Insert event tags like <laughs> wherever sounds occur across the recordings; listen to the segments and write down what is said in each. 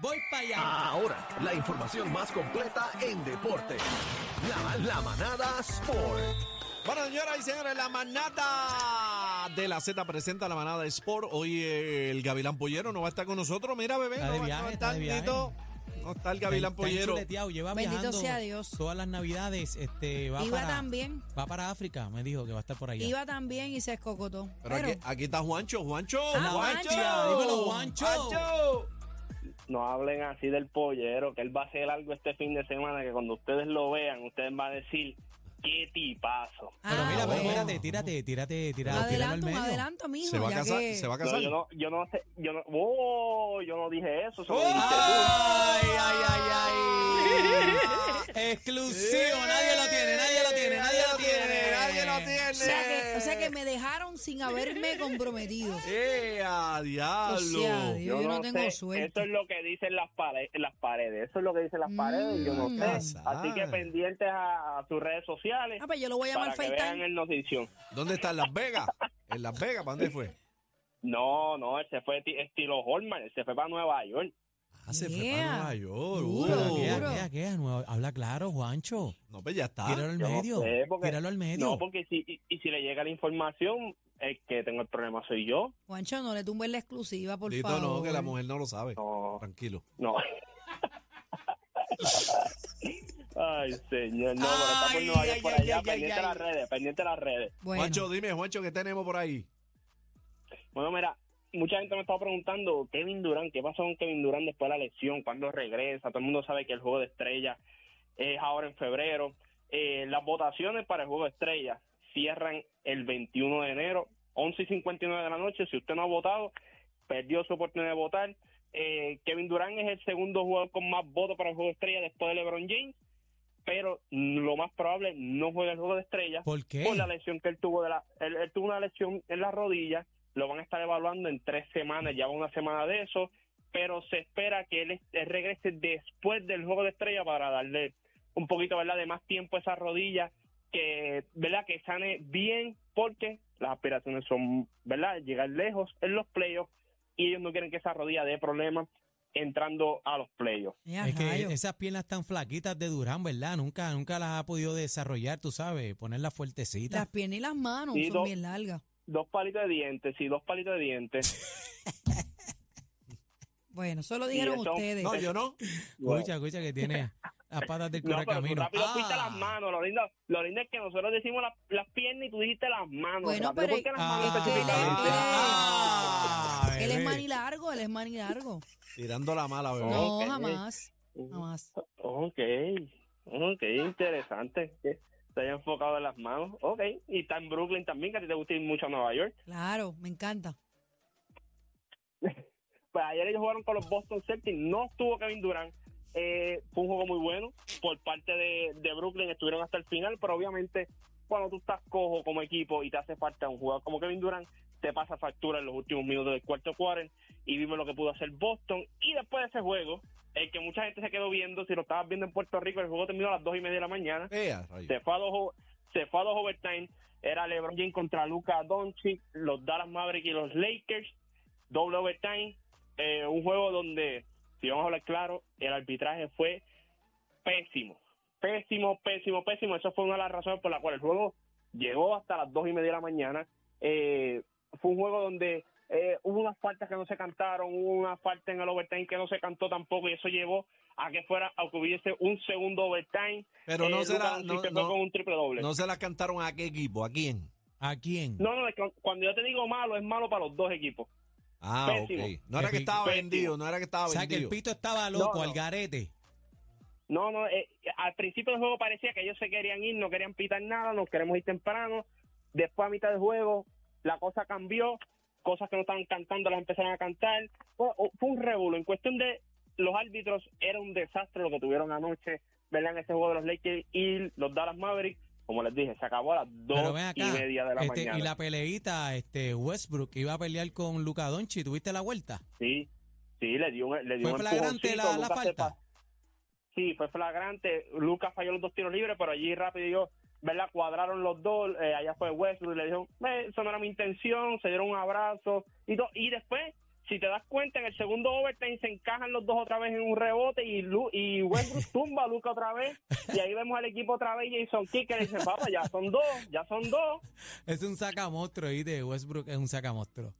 Voy para allá. Ah, Ahora, la información más completa en deporte. La, la manada Sport. Bueno, señoras y señores, la manada de la Z presenta la manada Sport. Hoy eh, el Gavilán Pollero no va a estar con nosotros. Mira, bebé, Está no, de va- no viaje, va a está estar, de viaje. Nito. No está el Gavilán Está- está Pollero. enchuleteado, lleva Bendito viajando sea Dios. Todas las navidades, este, va Iba para, también. va para África, me dijo que va a estar por allá. Iba también y se escocotó. Pero aquí, aquí está Juancho, Juancho. Ah, Juancho. Dímelo, Juancho. no hablen así del pollero, que él va a hacer algo este fin de semana que cuando ustedes lo vean, ustedes van a decir, qué tipazo. Pero mira, Ah, pero bueno. tírate, tírate, tírate, Un tírate, tíralo al adelanto, un medio. adelanto, mijo. Se va a ya casar, que- se va a No, casar. yo no, yo no sé, yo no, ¡Oh! yo no dije eso, eso lo dijiste ¡Ay, ay, ay, ay! Exclusivo, nadie lo tiene, nadie lo tiene, nadie lo tiene. Nadie lo tiene. O sea, que, o sea que me dejaron sin haberme comprometido. ¡Eh, a diablo! O sea, tú. Dios, yo no tengo sé, suerte. Eso es lo que dicen las paredes, las paredes, eso es lo que dicen las paredes, yo no Mm. sé. Así que pendientes a, a sus redes sociales Ah, pues yo lo voy a para llamar que vean FaceTime. el notición. ¿Dónde está? ¿En Las Vegas? ¿En Las Vegas? ¿Para dónde fue? No, no, ese fue ti- estilo Holman, ese fue para Nueva York. Ah, se fue Yeah. para Nueva York. Duro, Pero Uh. ¿qué, duro. qué, qué? Nueva- Habla claro, Juancho. No, pues ya está. Tíralo al Yo no medio. sé, porque- Tíralo al medio. No, porque si, y, y si le llega la información, el que tengo el problema soy yo. Juancho, no le tumbes la exclusiva, por Lito, favor. no, que la mujer no lo sabe. No, Tranquilo. no. <laughs> Ay, señor, no, pero está por Ay, Nueva York ay, por ay, allá, ay, pendiente ay, a las ay. redes, pendiente a las redes. Bueno, Juancho, dime, Juancho, ¿qué tenemos por ahí? Bueno, mira, mucha gente me estaba preguntando, Kevin Durán, ¿qué pasó con Kevin Durán después de la lesión? ¿Cuándo regresa? Todo el mundo sabe que el juego de estrella es ahora en febrero. Eh, las votaciones para el juego de estrella cierran el 21 de enero, 11 y 59 de la noche. Si usted no ha votado, perdió su oportunidad de votar. Eh, Kevin Durán es el segundo jugador con más votos para el juego de estrella después de LeBron James, pero lo más probable no juega el juego de estrella ¿Por qué? por la lesión que él tuvo de la, él, él tuvo una lesión en la rodilla, lo van a estar evaluando en tres semanas, ya va una semana de eso, pero se espera que él, él regrese después del juego de estrella para darle un poquito verdad de más tiempo a esa rodilla, que verdad que sane bien, porque las aspiraciones son verdad llegar lejos en los playoffs y ellos no quieren que esa rodilla dé problemas entrando a los playoffs. ya, Es que rayos. esas piernas tan flaquitas de Durán, ¿verdad? Nunca, nunca las ha podido desarrollar, tú sabes, ponerlas fuertecitas. las piernas y las manos Sí, son no. bien largas. Dos palitos de dientes, sí, dos palitos de dientes. Bueno, eso lo Y dijeron eso- ustedes. No, yo no. Escucha, escucha que tiene las patas del <laughs> No, pero tú correcamino. rápido Ah. fuiste a las manos. Lo lindo, lo lindo es que nosotros decimos las- las piernas y tú dijiste las manos. Bueno, rápido, pero- ¿por qué las Ah, manos específicamente? él es- ah, él es bebé. mani largo, él es mani largo. Tirando la mala, bebé. No, Ok. jamás, jamás. Ok, ok, interesante. Que Te haya enfocado en las manos. Ok, y está en Brooklyn también, que a ti te gusta ir mucho a Nueva York. Claro, me encanta. Pues ayer ellos jugaron con los Boston Celtics. No estuvo Kevin Durant. Eh, fue un juego muy bueno por parte de, de Brooklyn. Estuvieron hasta el final, pero obviamente cuando tú estás cojo como equipo y te hace falta un jugador como Kevin Durant, te pasa factura en los últimos minutos del cuarto cuarto y vimos lo que pudo hacer Boston. Y después de ese juego, el que mucha gente se quedó viendo, si lo estabas viendo en Puerto Rico, el juego terminó a las dos y media de la mañana. Ea, rayo. Se fue a dos, o- se fue a dos overtime. Era LeBron James contra Luca Doncic, los Dallas Mavericks y los Lakers. Doble overtime. Eh, un juego donde, si vamos a hablar claro, el arbitraje fue pésimo. Pésimo, pésimo, pésimo. Eso fue una de las razones por la cual el juego llegó hasta las dos y media de la mañana. Eh, fue un juego donde eh, hubo unas faltas que no se cantaron, hubo una falta en el overtime que no se cantó tampoco y eso llevó a que fuera, a que hubiese un segundo overtime Pero no eh, se Luka la, Doncic no, que fue no- con un triple doble. No, no se la cantaron a qué equipo, a quién. ¿A quién? no, es que cuando yo te digo malo, es malo para los dos equipos. Ah, Pésimo. ok. No era que Pésimo. estaba Pésimo. vendido, no era que estaba o sea, que el vendido. pito estaba loco, no. al garete. No, no, eh, al principio del juego parecía que ellos se querían ir, no querían pitar nada, nos queremos ir temprano. Después a mitad del juego, la cosa cambió, cosas que no estaban cantando las empezaron a cantar. Fue, fue un revuelo. En cuestión de los árbitros, era un desastre lo que tuvieron anoche, ¿verdad? En ese juego de los Lakers y los Dallas Mavericks. Como les dije, se acabó a las Pero dos ven acá. y media de la este, mañana. y la peleita, este, Westbrook iba a pelear con Luca Doncic, ¿tuviste la vuelta? <laughs> Sí, sí, le dio un, le dio ¿Fue un flagrante la, empujoncito, la Lucas se falta? pa- Sí, fue flagrante. Lucas falló los dos tiros libres, pero allí rápido yo, ¿verdad? Cuadraron los dos. eh, allá fue Westbrook y le dijeron, "Eh, eso no era mi intención. Se dieron un abrazo y, todo. y después si te das cuenta, en el segundo overtime se encajan los dos otra vez en un rebote y, Lu- y <laughs> Westbrook tumba a Luca otra vez. Y ahí vemos al equipo otra vez y Jason Kidd que le dice, papá, ya son dos, ya son dos. Es un sacamostro, y de Westbrook es un sacamostro.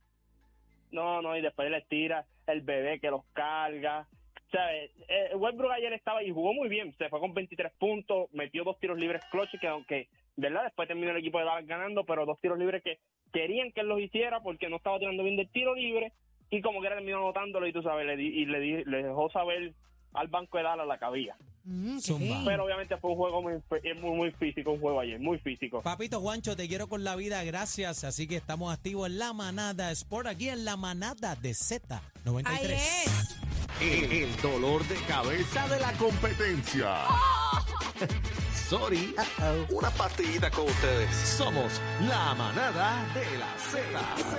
No, no, y después les tira el bebé que los carga. O sea, eh, eh, Westbrook ayer estaba y jugó muy bien. Se fue con 23 puntos, metió dos tiros libres clutch que aunque, ¿verdad? Después terminó el equipo de Dallas ganando, pero dos tiros libres que querían que él los hiciera porque no estaba tirando bien del tiro libre y como que era terminó anotándolo y tú sabes, le di- y le, di- le dejó saber al banco de Dallas la cabilla. Mm, Zumba. qué- Pero obviamente fue un juego muy, muy, muy físico, un juego ayer, muy físico. Papito Juancho, te quiero con la vida, gracias. Así que estamos activos en la manada Sport, aquí en la manada de Z93. Ahí es. El, el dolor de cabeza de la competencia. Sorry. Una pastillita con ustedes. Somos la manada de la Z.